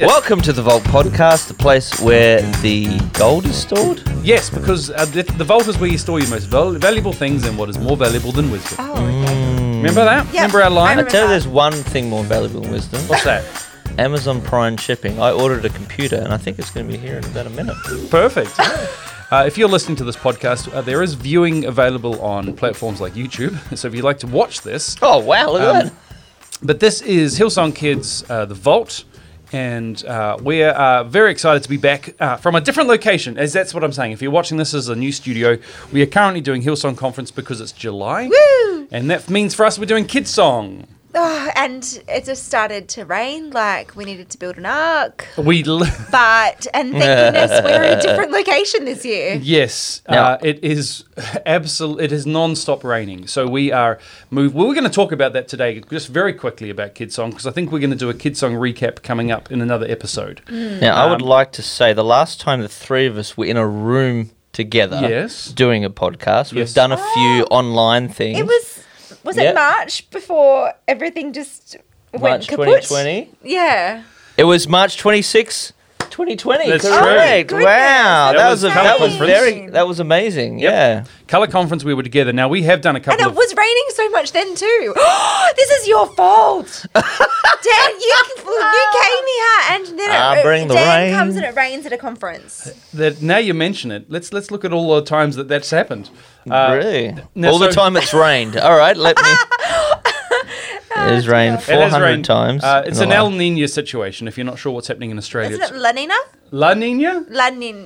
Welcome to the Vault Podcast, the place where the gold is stored. Yes, because uh, the, the vault is where you store your most val- valuable things and what is more valuable than wisdom. Oh, Mm. okay. Remember that? Yeah, Remember our line? I I tell you, that. there's one thing more valuable than wisdom. What's that? Amazon Prime shipping. I ordered a computer, and I think it's going to be here in about a minute. Perfect. Uh, if you're listening to this podcast, uh, there is viewing available on platforms like YouTube. So if you'd like to watch this, Oh wow, look at Um, But this is Hillsong Kids, uh, The Vault, and uh, we're uh, very excited to be back uh, from a different location, as that's what I'm saying. If you're watching this as a new studio, we are currently doing Hillsong Conference because it's July. Woo! And that means for us, we're doing Kids Song. Oh, and it just started to rain. Like we needed to build an ark, We l- but and thank goodness we're in a different location this year. Yes, uh, Now- it is absolute. It is non-stop raining. So we are move. Well, we're going to talk about that today, just very quickly about Kids Song, because I think we're going to do a Kids Song recap coming up in another episode. Mm. Hmm. that. Now, I would like to say the last time the three of us were in a room together, Yes. doing a podcast, we've Yes. done a few online things. Ah, It was was Yeah. it March before everything just March went kaput? 2020. Yeah. It was March 26, 2020. That's correct. true. Oh my wow, goodness, that that was, a, that was was amazing. very that was amazing. Yeah. Color conference, we were together. Now we have done a And couple it of. was raining so much then too. this is your fault, Dan. You you came here, and then Ah, it, uh, bring the Dan rain. comes and it rains at a conference. that now you mention it, let's let's look at all the times that that's happened. Uh, really? no, All the so- time it's rained. All right, let me. it has rained it has 400 rained. times. Uh, in it's the an last- El Nino situation. If you're not sure what's happening in Australia, Isn't it's it La Nina? La Nina. La Nina.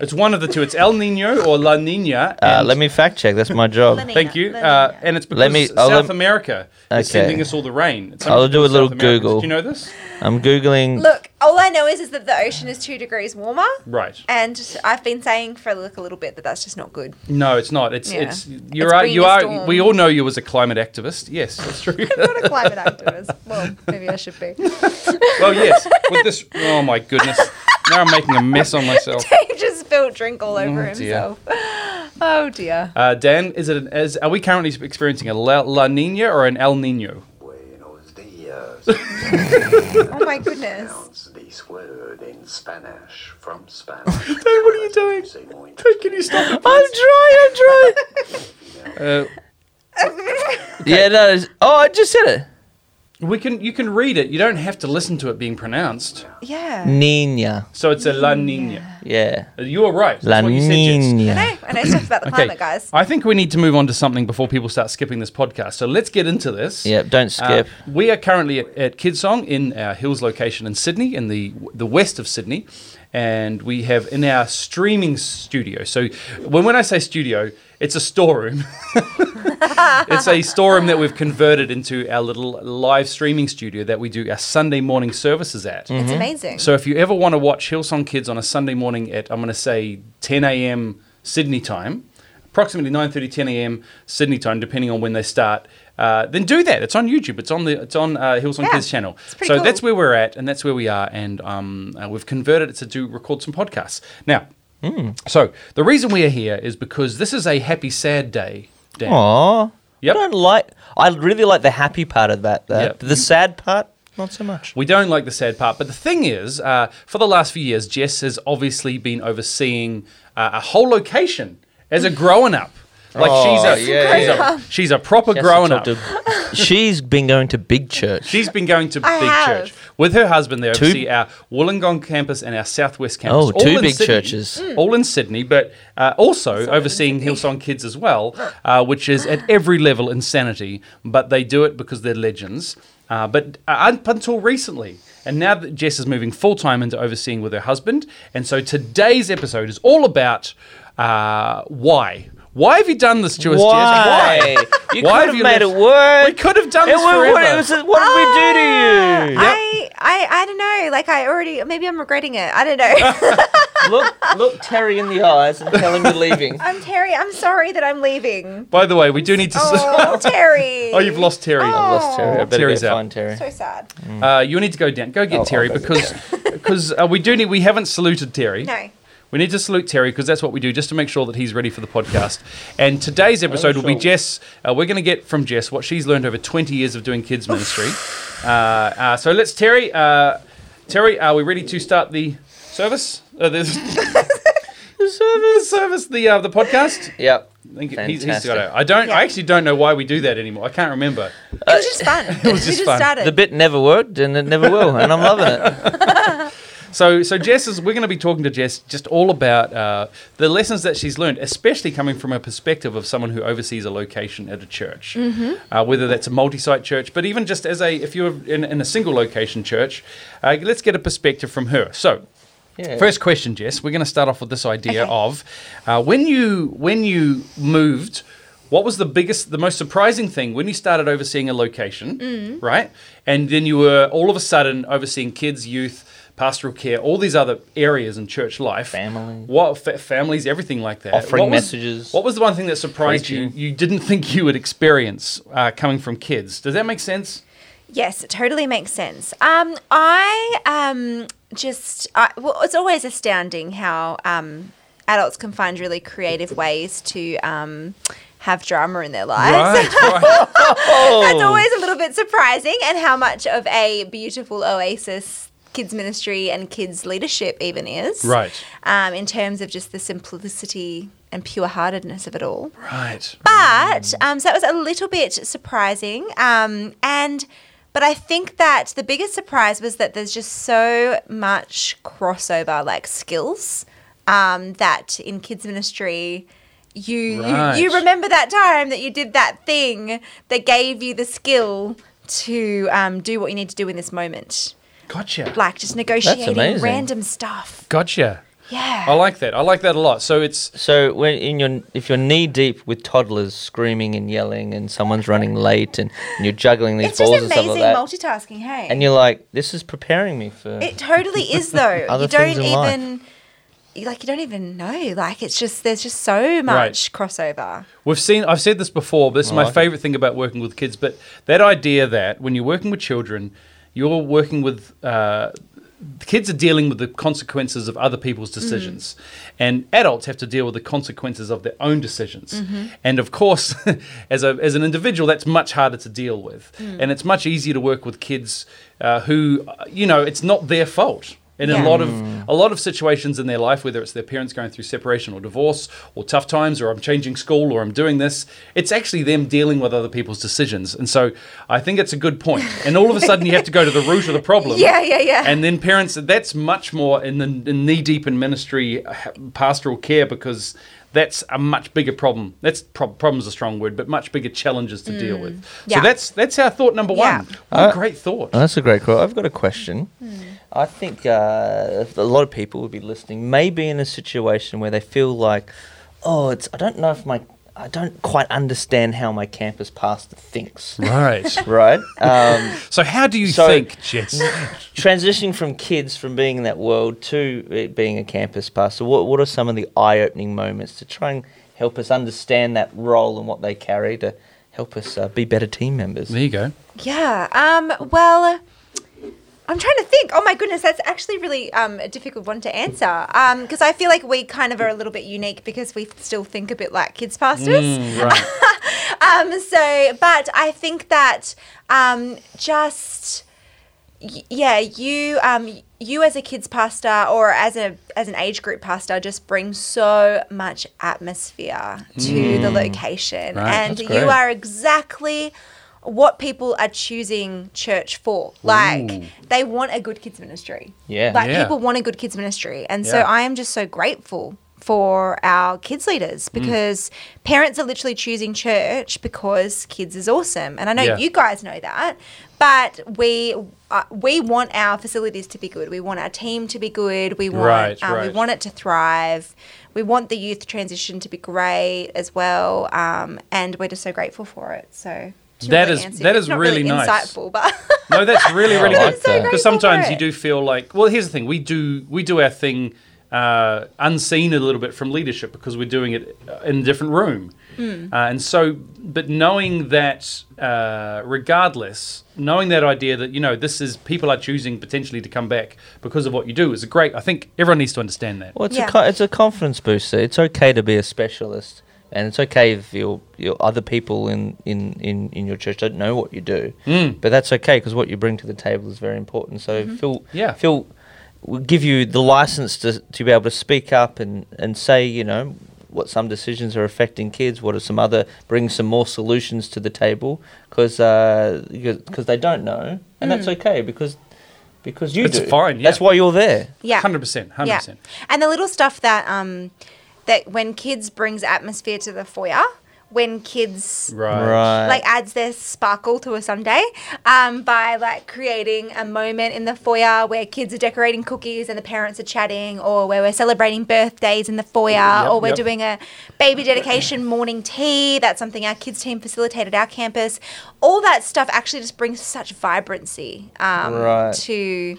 It's one of the two. It's El Nino or La Nina. Uh, and- let me fact check. That's my job. Lenny. Thank you. Let me Uh, know. and it's because Let me- I'll South let- America Okay. is sending us all the rain. It's I'll something do a called little South America. Google. Did you know this? I'm googling. Look, all I know is, is that the ocean is two degrees warmer. Right. And I've been saying for like a little bit that that's just not good. No, it's not. It's Yeah. it's you're It's right. bringing you a are. storm. We all know you as a climate activist. Yes, that's true. I'm not a climate activist. Well, maybe I should be. well, yes. With this, oh my goodness. Now I'm making a mess on myself. Dave just spilled drink all over Oh, dear. himself. Oh dear. Uh, Dan, is it an, is, are we currently experiencing a La, La Nina or an El Nino? Buenos dias. Oh my goodness. Pronounce this word in Spanish from Spanish. Dan, what are you doing? Can you stop? I'm trying. I'm trying. Uh, Yeah, no. it's- Oh, I just said it. we can. You can read it. You don't have to listen to it being pronounced. Yeah. Nina. So it's a La Nina. Yeah. You are right. That's La what you said, Jess. I Nina. know. I know stuff about the Okay, climate, guys. I think we need to move on to something before people start skipping this podcast. So let's get into this. Yeah, don't skip. Uh, we are currently at, at Kidsong in our Hills location in Sydney, in the the west of Sydney, and we have in our streaming studio. So when when I say studio, it's a storeroom. it's a storeroom that we've converted into our little live streaming studio that we do our Sunday morning services at. It's amazing. Mm-hmm. So if you ever want to watch Hillsong Kids on a Sunday morning at I'm going to say 10 a.m. Sydney time, approximately 9:30 10 a.m. Sydney time, depending on when they start. Uh, then do that. It's on YouTube. It's on the it's on uh, Hillsong Yeah, Kids channel. it's pretty So cool. that's where we're at, and that's where we are, and um, uh, we've converted it to do record some podcasts now. Hmm. So the reason we are here is because this is a happy sad day. Dan. Aw. Yep. I don't like. I really like the happy part of that. that. Yep. The sad part, not so much. We don't like the sad part, but the thing is, uh, for the last few years, Jess has obviously been overseeing uh, a whole location as a growing up. Like Oh, she's a yeah, she's, yeah. A, she's a proper She has to growing up. talk to- she's been going to big church. She's been going to I big have. church with her husband. They Two- oversee our Wollongong campus and our Southwest campus. Oh, all two in big Sydney, Mm. churches. all in Sydney, but uh, also overseeing Hillsong Kids as well, uh, which is at every level insanity. But they do it because they're legends. Uh, but uh, up until recently, and now that Jess is moving full time into overseeing with her husband, and so today's episode is all about uh, why. Why have you done this to us, Why? Jess? Why? You Why could have made it work. We could have done It this wa- forever. what, it was- what did we do to you? Ah, I, I I don't know. Like I already maybe I'm regretting it. I don't know. look, look Terry in the eyes and tell him you're leaving. I'm Terry. I'm sorry that I'm leaving. By the way, we do need to. Oh, Terry. Oh, you've lost Terry. Oh, Lost Terry. I better Terry's go out. find Terry. So sad. Uh, you need to go down. Go get Oh, Terry I'll go because because uh, we do need. We haven't saluted Terry. No. We need to salute Terry because that's what we do, just to make sure that he's ready for the podcast. And today's episode will be sure. Jess. Uh, we're going to get from Jess what she's learned over 20 years of doing kids ministry. uh, uh, so let's Terry. Uh, Terry, are we ready to start the service? Uh, the service, service, the uh, the podcast. Yep. I think he's, he's Fantastic. got it. I don't. I actually don't know why we do that anymore. I can't remember. It was just fun. it Uh, was just we just fun. The started. bit never worked and it never will, and I'm loving it. So, so Jess is. We're going to be talking to Jess just all about uh, the lessons that she's learned, especially coming from a perspective of someone who oversees a location at a church, uh, whether that's a multi-site church, but even just as a if you're in, in a single location church, uh, let's get a perspective from her. So, Yeah. First question, Jess. We're going to start off with this idea Okay. of uh, when you when you moved. What was the biggest, the most surprising thing when you started overseeing a location, right? And then you were all of a sudden overseeing kids, youth, pastoral care, all these other areas in church life, Family. what fa- families, everything like that. Offering What was- messages. What was the one thing that surprised you? Preaching. You didn't think you would experience uh, coming from kids. Does that make sense? Yes, it totally makes sense. Um, I um just I, well, it's always astounding how um adults can find really creative ways to um have drama in their lives. Right, right. That's always a little bit surprising, and how much of a beautiful oasis kids ministry and kids leadership even is. Right. Um, in terms of just the simplicity and pure heartedness of it all. right. But um, so that was a little bit surprising. Um, and but I think that the biggest surprise was that there's just so much crossover, like skills, um, that in kids ministry. You, Right. you you remember that time that you did that thing that gave you the skill to um, do what you need to do in this moment, Gotcha. like just negotiating amazing. random stuff. Gotcha. Yeah, I like that. I like that a lot. So it's So when in your if you're knee deep with toddlers screaming and yelling and someone's running late and, and you're juggling these it's just balls and stuff amazing like that, multitasking. Hey, and you're like, this is preparing me for. It totally is though. Other you don't things in life. even you- like you don't even know. Like it's just there's just so much crossover. We've seen. I've said this before. But this is my like it. favorite thing about working with kids. But that idea that when you're working with children, you're working with uh, the kids are dealing with the consequences of other Mm. people's decisions, and adults have to deal with the consequences of their own decisions. Mm-hmm. And of course, as a as an individual, that's much harder to deal with, Mm. and it's much easier to work with kids uh, who, uh, you know, it's not their fault. In a Yeah. Mm. lot of a lot of situations in their life, whether it's their parents going through separation or divorce or tough times or I'm changing school or I'm doing this, it's actually them dealing with other people's decisions. And so I think it's a good point. And all of a sudden you have to go to the root of the problem. Yeah, yeah, yeah. And then parents, that's much more in the in knee deep in ministry, uh, pastoral care because that's a much bigger problem. That's pro- problem's a strong word, but much bigger challenges to deal with. So Yeah. that's that's our thought number Yeah. one. What a great thought. Oh, that's a great call. I've got a question. I think uh, a lot of people would be listening, maybe in a situation where they feel like, oh, it's I don't know if my I don't quite understand how my campus pastor thinks. right. Right. Um, So how do you So- think, Jess? transitioning from kids from being in that world to it being a campus pastor. What what are some of the eye opening moments to try and help us understand that role and what they carry to help us uh, be better team members? There you go. Yeah. Um. Well, I'm trying to think. Oh my goodness, that's actually really um a difficult one to answer. Um, because I feel like we kind of are a little bit unique because we still think a bit like kids pastors. Mm. Right. Um, so, but I think that um, just y- yeah, you um, you as a kids pastor or as a as an age group pastor just bring so much atmosphere to the location, Hmm. Right, and that's you great. are exactly what people are choosing church for. Like Ooh. they want a good kids ministry. Yeah. like Yeah. people want a good kids ministry, and so Yeah. I am just so grateful for our kids Mm. leaders because parents are literally choosing church because kids is awesome, and I know Yeah. you guys know that. But we uh, we want our facilities to be good. We want our team to be good. We want Right, um, we right. want it to thrive. We want the youth transition to be great as well, um, and we're just so grateful for it. So to That is- answer that you, is it's not really nice. insightful, but No, that's really, really I good. like that. Because Oh, So grateful sometimes for you it. do feel like, well, here's the thing: we do we do our thing uh, unseen a little bit from leadership because we're doing it uh, in a different room, Hmm. uh, and so. But knowing that, uh, regardless, knowing that idea that you know this is people are choosing potentially to come back because of what you do is a great. I think everyone needs to understand that. Well, it's Yeah. a co- it's a confidence booster. It's okay to be a specialist and it's okay if your your other people in in in, in your church don't know what you do, mm. but that's okay because what you bring to the table is very important. So feel Yeah. feel will give you the license to to be able to speak up and and say you know what some decisions are affecting kids what are some other bring some more solutions to the table because because they don't know and that's okay because because you It's do. fine, that's yeah. why you're there Yeah. 100%. 100%. Yeah. And the little stuff that um that when kids brings atmosphere to the foyer, when kids Right. like adds their sparkle to a Sunday um, by like creating a moment in the foyer where kids are decorating cookies and the parents are chatting, or where we're celebrating birthdays in the foyer, or we're yep. doing a baby dedication morning tea. That's something our kids team facilitated our campus. All that stuff actually just brings such vibrancy um, Right. to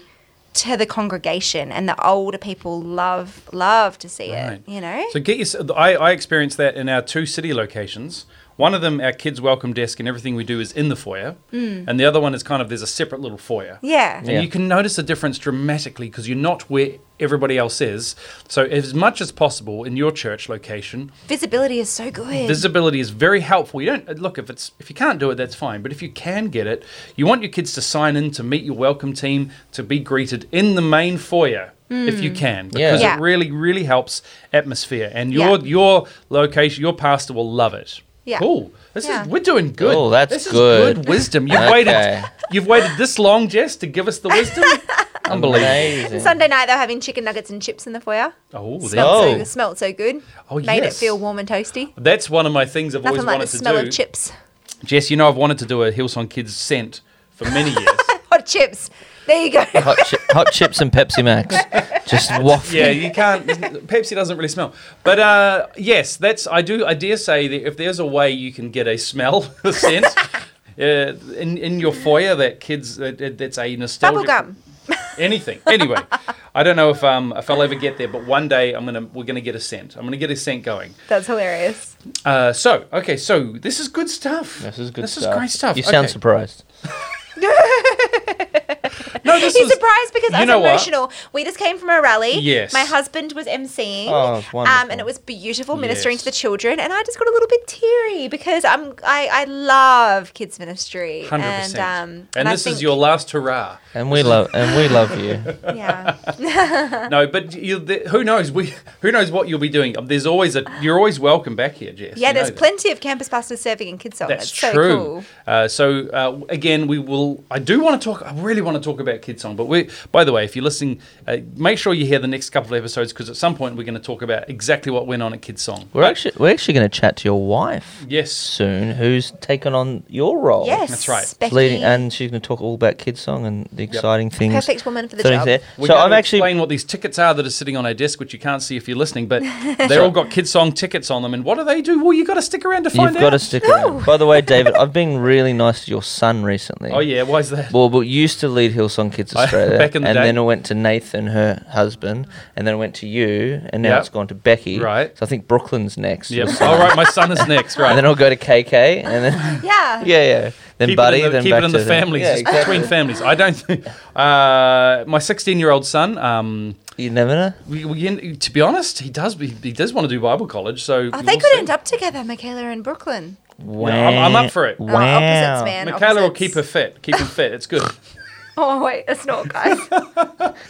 to the congregation, and the older people love love to see Right. it. You know, So get your. I, I experienced that in our two city locations. One of them, our kids' welcome desk and everything we do is in the foyer, and the other one is kind of there's a separate little foyer. Mm. yeah. And you can notice a difference dramatically because you're not where everybody else is. So, as much as possible in your church location, Visibility is so good. visibility is very helpful. You don't look if it's if you can't do it, that's fine. But if you can get it, you want your kids to sign in to meet your welcome team to be greeted in the main foyer if Hmm. you can, because Yeah. it really really helps atmosphere. And your Yeah. your location, your pastor will love it. Yeah. Cool. This Yeah. is we're doing good. Oh, that's this good. Is good wisdom. You've Okay. waited. You've waited this long, Jess, to give us the wisdom. Unbelievable. Amazing. Sunday night they were having chicken nuggets and chips in the foyer. Oh, there- Oh. Smelled, so, smelled so good. Oh, Made yes. it feel warm and toasty. that's one of my things I've always Nothing like the wanted smell to do. of chips. Jess, you know I've wanted to do a Hillsong Kids scent for many years. Hot chips. There you go. hot, chi- hot chips and Pepsi Max. Just wafting. yeah, you can't. Pepsi doesn't really smell. But uh, yes, that's. I do. I dare say that if there's a way you can get a smell, a scent, uh, in in your foyer that kids uh, that, that- that's a nostalgia. Bubblegum. Anything. Anyway, I don't know if um if I'll ever get there, but one day I'm gonna we're gonna get a scent. I'm gonna get a scent going. That's hilarious. Uh, so okay, so this is good stuff. This is good This stuff. is great stuff. You sound Okay. surprised. No, this He's was- surprised because I you was know what? emotional. We just came from a rally. Yes. My husband was emceeing. Oh, it's um, wonderful. and it was beautiful ministering Yes. to the children. And I just got a little bit teary because I'm I, I love kids ministry. Hundred And percent. um And, I this is think- your last hurrah. And we love and we love you. Yeah. No, but you, the, who knows? We who knows what you'll be doing? Um, There's always a. You're always welcome back here, Jess. Yeah, You know there's that. plenty of campus pastors serving in kids song. That's That's, so true. cool. Uh, so uh, again, we will. I do want to talk. I really want to talk about kids song. But we, by the way, if you're listening, uh, make sure you hear the next couple of episodes because at some point we're going to talk about exactly what went on at kids song. We're actually we're actually going to chat to your wife Yes. soon, who's taken on your role. Yes. That's right. It's Becky. Leading, and she's going to talk all about kids song and the exciting things. Perfect woman for the things job. there. We're So going I'm to actually explain what these tickets are that are sitting on our desk, which you can't see if you're listening, but they're all got kids song tickets on them. And what do they do? Well, you got to stick around to find you've out. got to stick around. By the way, David, I've been really nice to your son recently. Oh yeah, why is that? Well, but you used to lead Hillsong Kids I- Australia, back in the and day. then it went to Nathan, her husband, and then it went to you, and now Yep. it's gone to Becky. Right. So I think Brooklyn's next. Yep. or something. All right, my son is next. Right. And then I'll go to KK, and then Yeah. yeah, yeah, then keep Buddy, it in the, then keep back it in to the families, Yeah, just exactly. between families. I don't think uh, my 16 year old son. Um, you never know. we, we, to be honest, he does he, he does want to do Bible college. So Oh, they could end up together, Michaela and Brooklyn. Wow. I'm- I'm up for it. Oh, Wow. opposites, man. Michaela will opposites. keep her fit. Keep him fit. It's good. Oh wait, a snort, guys.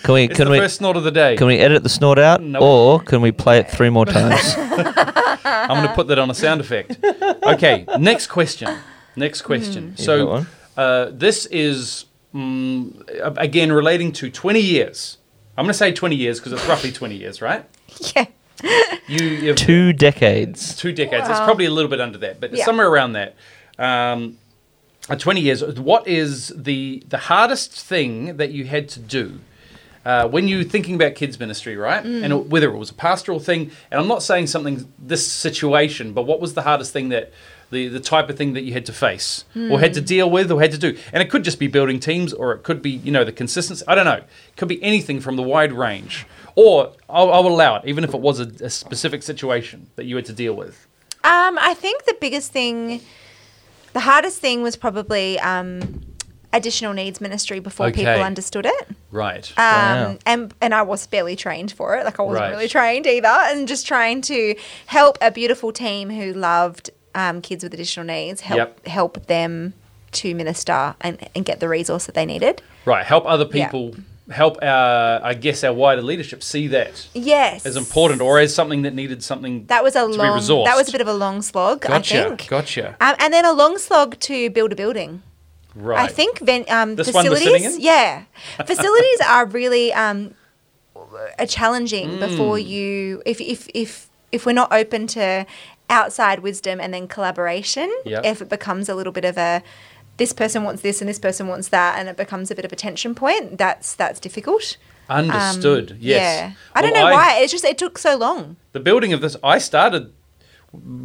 Can we? It's Can the we? first snort of the day. Can we edit the snort out, Nope. or can we play it three more times? I'm going to put that on a sound effect. Okay. Next question. Next question. Hmm. You got So one? uh, this is mm, a- again relating to 20 years. I'm going to say 20 years because it's roughly 20 years, right? yeah. You you've, Two decades. two decades. It's probably a little bit under that, but Yeah. somewhere around that. Um, uh, Twenty years. What is the the hardest thing that you had to do uh, when you thinking about kids ministry, right? And it- whether it was a pastoral thing, and I'm not saying something this situation, but what was the hardest thing that the, the type of thing that you had to face or had to deal with or had to do and it could just be building teams or it could be you know the consistency i don't know it could be anything from the wide range or i'll, I'll allow it even if it was a, a specific situation that you had to deal with Um, I think the biggest thing, the hardest thing was probably um, additional needs ministry before Okay. people understood it. Right. Um, Wow. and and I was barely trained for it. Like I wasn't Right. really trained either, and just trying to help a beautiful team who loved um, kids with additional needs, help Yep. help them to minister and, and get the resource that they needed. right. Help other yeah. people. Help our, I guess, our wider leadership see that Yes, as important or as something that needed something. That was a be long. That was resourced. a bit of a long slog. gotcha. I think. Gotcha. Um, and then a long slog to build a building. Right. I think ven- um, This one we're facilities. sitting in? Yeah, facilities are really um, are challenging Hmm. before you. If if if if we're not open to outside wisdom and then collaboration, Yep. if it becomes a little bit of a this person wants this and this person wants that, and it becomes a bit of a tension point. That's that's difficult. Um, Understood. yes. Yeah. I don't Well, know why. It's just it took so long. The building of this, I started.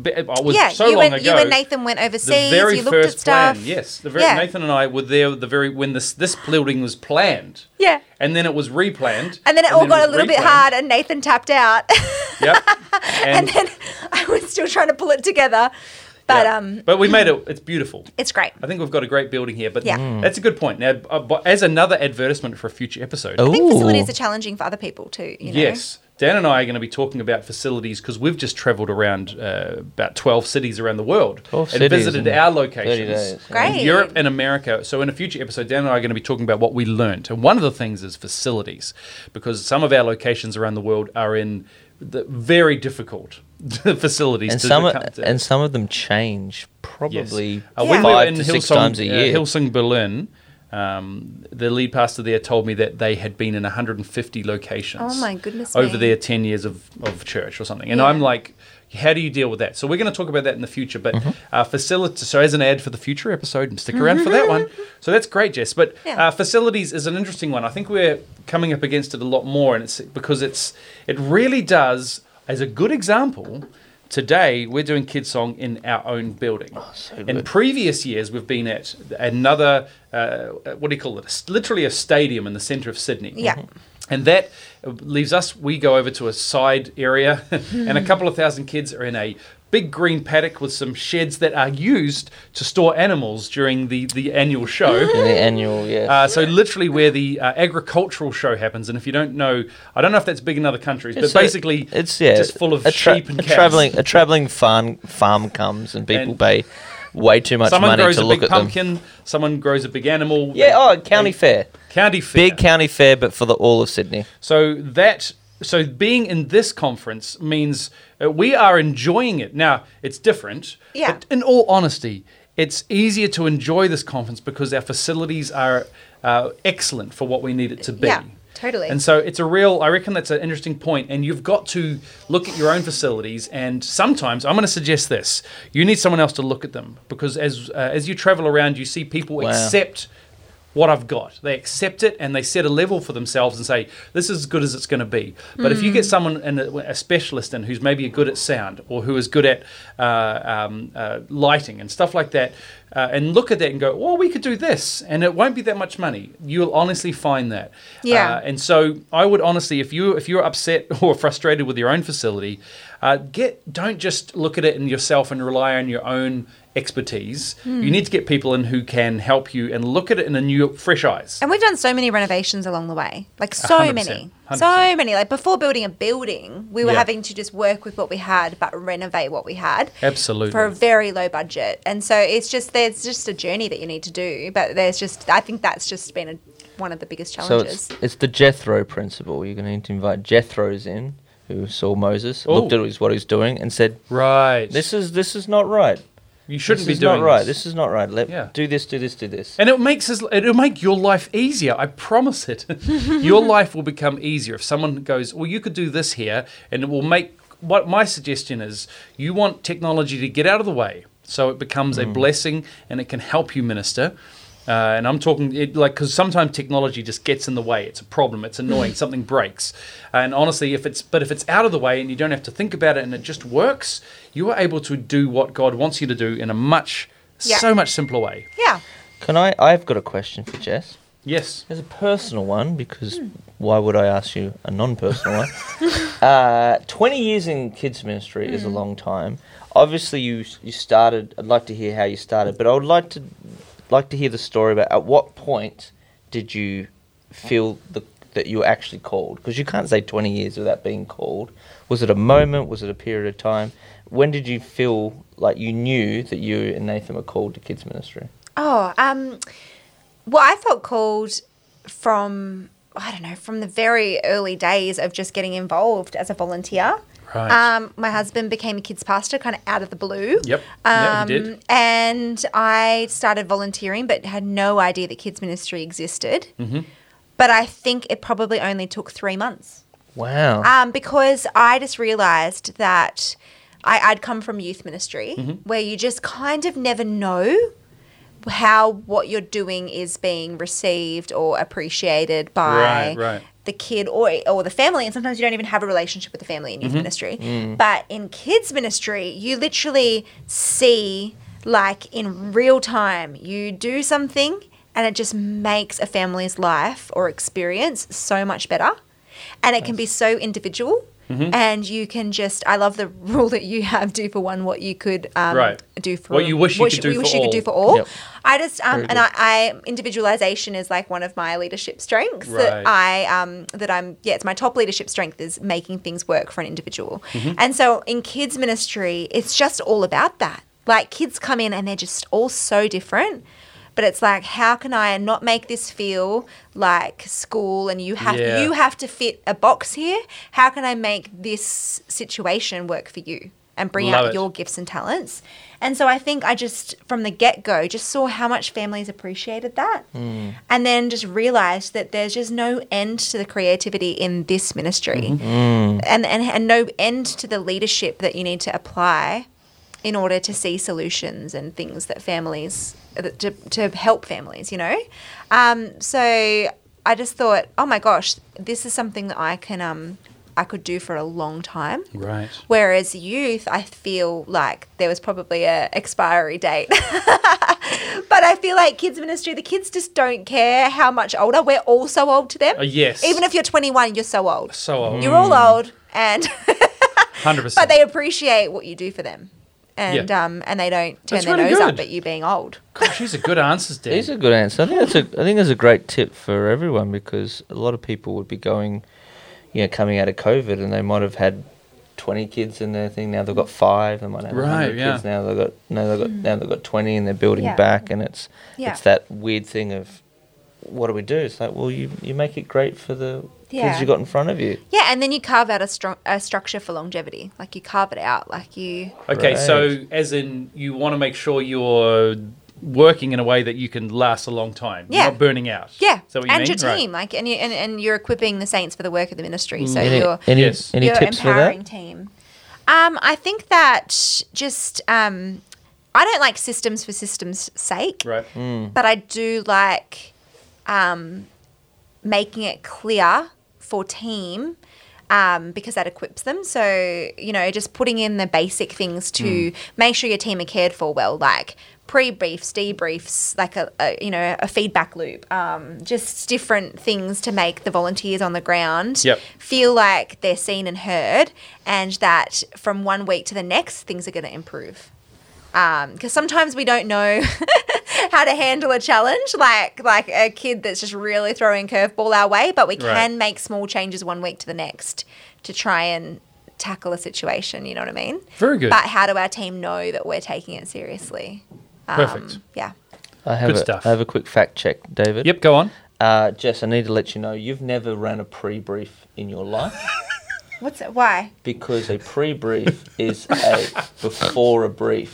b- I was yeah. so you long and ago. you and Nathan went overseas. you looked at stuff. plan. Yes, the very Yeah. Nathan and I were there the very when this this building was planned. Yeah. And then it was replanned. And then it all got a was little bit replanned. hard, and Nathan tapped out. Yep. and then I was still trying to pull it together. But yeah. um, but we made it. It's beautiful. it's great. I think we've got a great building here. But Yeah. Mm. that's a good point. Now, uh, but as another advertisement for a future episode. Oh. I think facilities Ooh. are challenging for other people too. You know? Yes. Dan and I are going to be talking about facilities because we've just traveled around uh, about 12 cities around the world 12 and cities visited in our 30 locations days. Great. in Europe and America. So, in a future episode, Dan and I are going to be talking about what we learnt. And one of the things is facilities because some of our locations around the world are in the very difficult facilities. and to some come to- and some of them change Yes. probably Uh, when we five were to six times a uh, year. Hillsong Berlin, um, the lead pastor there told me that they had been in 150 locations. Oh my goodness Over me. their 10 years of, of church or something, and Yeah. I'm like. How do you deal with that? So we're going to talk about that in the future, but Mm-hmm. uh, facility. So as an ad for the future episode, and stick around for that one. So that's great, Jess. But Yeah. uh, facilities is an interesting one. I think we're coming up against it a lot more, and it's because it's it really does. As a good example, today we're doing Kids Song in our own building. Oh, so in good. previous years, we've been at another, uh, what do you call it? It's literally a stadium in the centre of Sydney. Yeah. Mhm. Mm-hmm. And that leaves us, we go over to a side area, and a couple of thousand kids are in a big green paddock with some sheds that are used to store animals during the, the annual show. in the annual, yeah. Uh, so literally where the uh, agricultural show happens, and if you don't know, I don't know if that's big in other countries, but a- basically it's yeah, just full of a tra- sheep and a cows. traveling uh, a traveling farm farm comes and people And- pay way too much Someone money grows to a look at big them. pumpkin. Someone grows a big animal. Yeah, oh, county They- fair, County fair. big county fair, but for the all of Sydney. So that so being in this conference means uh, we are enjoying it. Now it's different. Yeah. But in all honesty, it's easier to enjoy this conference because our facilities are uh, excellent for what we need it to be. Yeah, totally. And so it's a real. I reckon that's an interesting point, and you've got to look at your own facilities. And sometimes I'm going to suggest this: you need someone else to look at them because as uh, as you travel around, you see people Wow. accept what I've got. They accept it and they set a level for themselves and say, this is as good as it's going to be. But if you get someone, in a, a specialist in who's maybe good at sound or who is good at uh, um, uh, lighting and stuff like that, uh, and look at that and go, well, we could do this and it won't be that much money, you'll honestly find that. Yeah. Uh, and so I would honestly, if you if you're upset or frustrated with your own facility, uh, get don't just look at it in yourself and rely on your own expertise. Hmm. You need to get people in who can help you and look at it in a new, fresh eyes. And we've done so many renovations along the way, like so 100%, many, 100%. so many. Like before building a building, we were Yeah. having to just work with what we had, but renovate what we had. Absolutely. for a very low budget. And so it's just there's just a journey that you need to do, but there's just I think that's just been a, one of the biggest So challenges. it's it's the Jethro principle. You're going to need to invite Jethro's in, who saw Moses, looked Ooh. at his- what he was doing, and said, Right. "This is this is not right. you shouldn't this be is doing not right. this. This is not right. Let Yeah. do this, do this, do this." And it makes us, it'll make your life easier. I promise it. your life will become easier if someone goes, "Well, you could do this here," and it will make. What my suggestion is, you want technology to get out of the way, so it becomes a blessing and it can help you minister. Uh, and I'm talking it, like because sometimes technology just gets in the way. It's a problem. It's annoying. something breaks. And honestly, if it's but if it's out of the way and you don't have to think about it and it just works, you are able to do what God wants you to do in a much Yeah. so much simpler way. yeah. Can I? I've got a question for Jess. Yes. There's a personal one because why would I ask you a non-personal one? Uh, Twenty years in kids ministry is a long time. Obviously, you you started. I'd like to hear how you started, but I would like to like to hear the story about at what point did you feel the, that you were actually called? Because you can't say 20 years without being called. Was it a moment? Was it a period of time? When did you feel like you knew that you and Nathan were called to kids ministry? Oh, um, well, I felt called from I don't know from the very early days of just getting involved as a volunteer. Right. Um, my husband became a kids pastor kind of out of the blue. Yep. Um, Yeah, he did. And I started volunteering, but had no idea that kids ministry existed. Mm-hmm. But I think it probably only took three months Wow. um, because I just realised that I, I'd come from youth ministry, where you just kind of never know how what you're doing is being received or appreciated by Right, right. the kid or or the family, and sometimes you don't even have a relationship with the family in Mm-hmm. youth ministry. Mm. But in kids ministry, you literally see like in real time, you do something. And it just makes a family's life or experience so much better and it can be so individual. Mm-hmm. And you can just, I love the rule that you have do for one what you could um, Right. do for What you wish you what could do wish for you could all. do for all. Yep. I just, um, Very and good. I, I, individualization is like one of my leadership strengths Right. that I, um, that I'm, yeah, it's my top leadership strength is making things work for an individual. Mm-hmm. And so in kids' ministry, it's just all about that. Like kids come in and they're just all so different. But it's like, how can I not make this feel like school and you have Yeah. you have to fit a box here. How can I make this situation work for you and bring Love out it. your gifts and talents? And so I think I just, from the get go, just saw how much families appreciated that. Mm. And then just realized that there's just no end to the creativity in this ministry Mm-hmm. Mm. and, and, and no end to the leadership that you need to apply in order to see solutions and things that families that- to, to help families you know um, so i just thought oh my gosh this is something that i can um, i could do for a long time Right. Whereas youth, I feel like there was probably a expiry date. but I feel like kids ministry, the kids just don't care how much older. We're all so old to them. Uh, yes. Even if you're 21, you're so old. So old. You're all old, and Hundred percent. but they appreciate what you do for them, and Yeah. um, and they don't turn That's their really nose good. up at you being old. Gosh, these are good answers, Dan. These are good answers. I think that's a I think that's a great tip for everyone because a lot of people would be going, you know, coming out of COVID and they might have had twenty kids in their thing. Now they've got five. They might have Right, hundred yeah. kids now. They've got now they've got now they've got twenty and they're building Yeah. back. And it's Yeah. it's that weird thing of what do we do? It's like well, you you make it great for the kids Yeah. you got in front of you. Yeah, and then you carve out a, stru- a structure for longevity. Like you carve it out, like you. Okay, Right. so as in you want to make sure you're working in a way that you can last a long time. You're Yeah. not burning out. Yeah, Is that what you and mean? your Right. Mm. team, like, and you and, and you're equipping the saints for the work of the ministry. So Any you're any, Yes. any your tips for empowering that? team? Um, I think that just um, I don't like systems for systems' sake, Right. but I do like um, making it clear for team um, because that equips them. So you know, just putting in the basic things to make sure your team are cared for well, like pre-briefs, debriefs, like a, a you know a feedback loop, um, just different things to make the volunteers on the ground Yep. feel like they're seen and heard, and that from one week to the next, things are going to improve. Because Um, sometimes we don't know how to handle a challenge, like like a kid that's just really throwing curveball our way, but we can Right. make small changes one week to the next to try and tackle a situation. You know what I mean? Very good. But how do our team know that we're taking it seriously? Perfect. Yeah. I have Good a, stuff. I have a quick fact check, David. Yep, go on. Uh, Jess, I need to let you know you've never ran a pre-brief in your life. What's it? Why? because a pre-brief is a before a brief,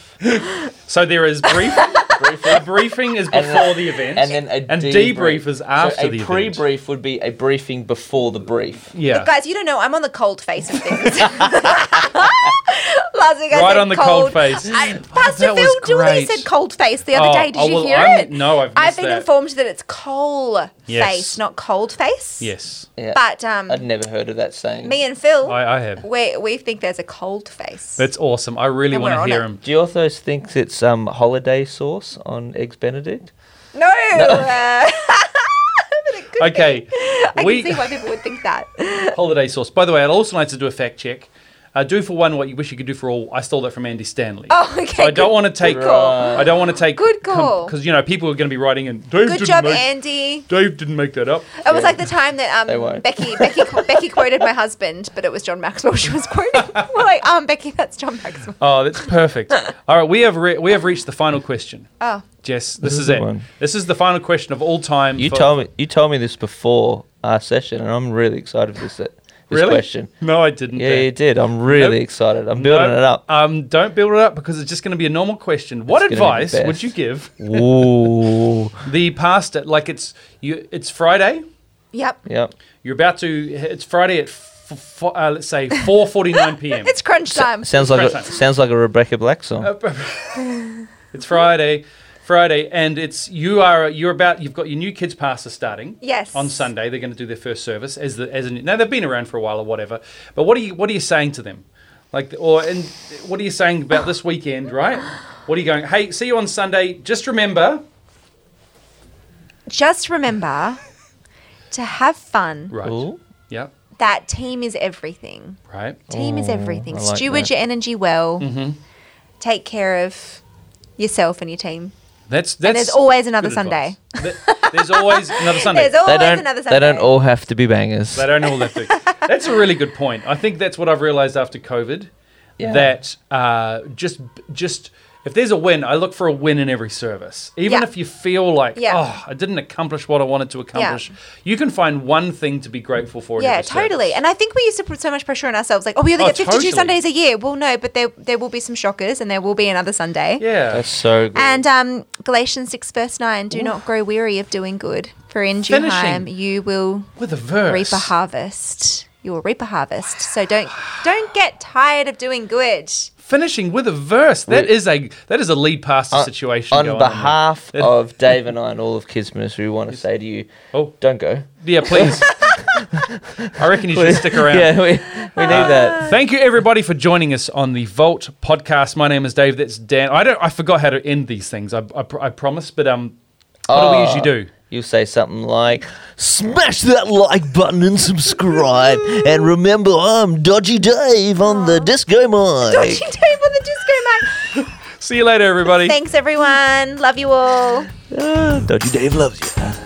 So there is brief. Briefing. briefing is And before then- the event, and then a and debrief, debrief is after so a the pre-brief event. would be a briefing before the brief. Yeah. Look, guys, you don't know. I'm on the cold face of things. Last week I Right said on the cold face. I, Pastor that was Phil Dooley great. said cold face the other Oh, day. Did oh, you well, hear I'm- it? no, I've missed been that. informed that it's coal Yes. face, not cold face. yes. Yeah. But um, I'd never heard of that saying. me and Phil, I, I have. we we think there's a cold face. That's awesome. I really And want we're to on hear it. him. Do you also think it's um, holiday sauce on eggs Benedict? no. uh, but it could Okay. Be. I we can see why people would think that. holiday sauce. By the way, I'd also like to do a fact check. Uh, do for one what you wish you could do for all. I stole that from Andy Stanley. Oh, okay, So I don't good- want to take. good call. I don't want to take. Good call. Because you know people are going to be writing in. Dave Good didn't job, make, Andy. Dave didn't make that up. It was like the time that They um, won't. Becky Becky Becky quoted my husband, but it was John Maxwell she was quoting. We're like, um, Becky, that's John Maxwell. Oh, that's perfect. All right, we have re- we have reached the final question. Oh, Jess, this, is is the it. one. This is the final question of all time. You for- told me you told me this before our session, and I'm really excited for this, this really? question. No, I didn't. Yeah, Dan. you did. I'm really Nope. excited. I'm building No, it up. Um, don't build it up because it's just going to be a normal question. What It's gonna be the advice would best. you give Ooh. the pastor? Like it's you. It's Friday. yep. yep. You're about to. It's Friday at f- f- uh, let's say 4:49 p.m. It's crunch time. Sounds like a, Perfect. sounds like a Rebecca Black song. it's Friday, Friday, and it's you are you're about you've got your new kids pastor starting. Yes. On Sunday, they're going to do their first service as the as a, now they've been around for a while or whatever. But what are you what are you saying to them, like or and what are you saying about this weekend, right? What are you going? Hey, see you on Sunday. Just remember, Just remember to have fun. right? Ooh. Yeah, That team is everything. right. Team Oh, is everything. I like Steward that. your energy well. Mm-hmm. Take care of yourself and your team. That's that's. And there's always another good Sunday. advice. Th- There's always another Sunday. There's always They don't. Oh, another Sunday. They don't all have to be bangers. They don't all have to. That's a really good point. I think that's what I've realised after COVID. Yeah. That uh, just just if there's a win, I look for a win in every service. Even Yeah. if you feel like, Yeah. oh, I didn't accomplish what I wanted to accomplish, you can find one thing to be grateful for. in Yeah, every service. totally. And I think we used to put so much pressure on ourselves, like, oh, we only Oh, get 52 totally. Sundays a year. Well, no, but there there will be some shockers, and there will be another Sunday. yeah, That's so good. And um, Galatians six verse nine: Do not grow weary of doing good, for in due Finishing. time you will with a verse. reap a harvest. You will reap a harvest. So don't don't get tired of doing good. Finishing with a verse. That We- is a that is a lead pastor On- situation. Uh, on going there. behalf of Dave and I and all of Kids Ministry, we want to say to you, Oh. don't go. yeah, please. I reckon you should stick around. yeah, we, we Ah. need that. Thank you everybody for joining us on the Vault podcast. My name is Dave. That's Dan. I don't. I forgot how to end these things. I, I, pr- I promise. But um, what do we Oh. usually do? You'll say something like, smash that like button and subscribe. and remember, I'm Dodgy Dave on the Disco Ah. Dodgy Mic. Dave on the disco mic. See you later, everybody. Thanks everyone. Love you all. Ah, Dodgy Dave loves you.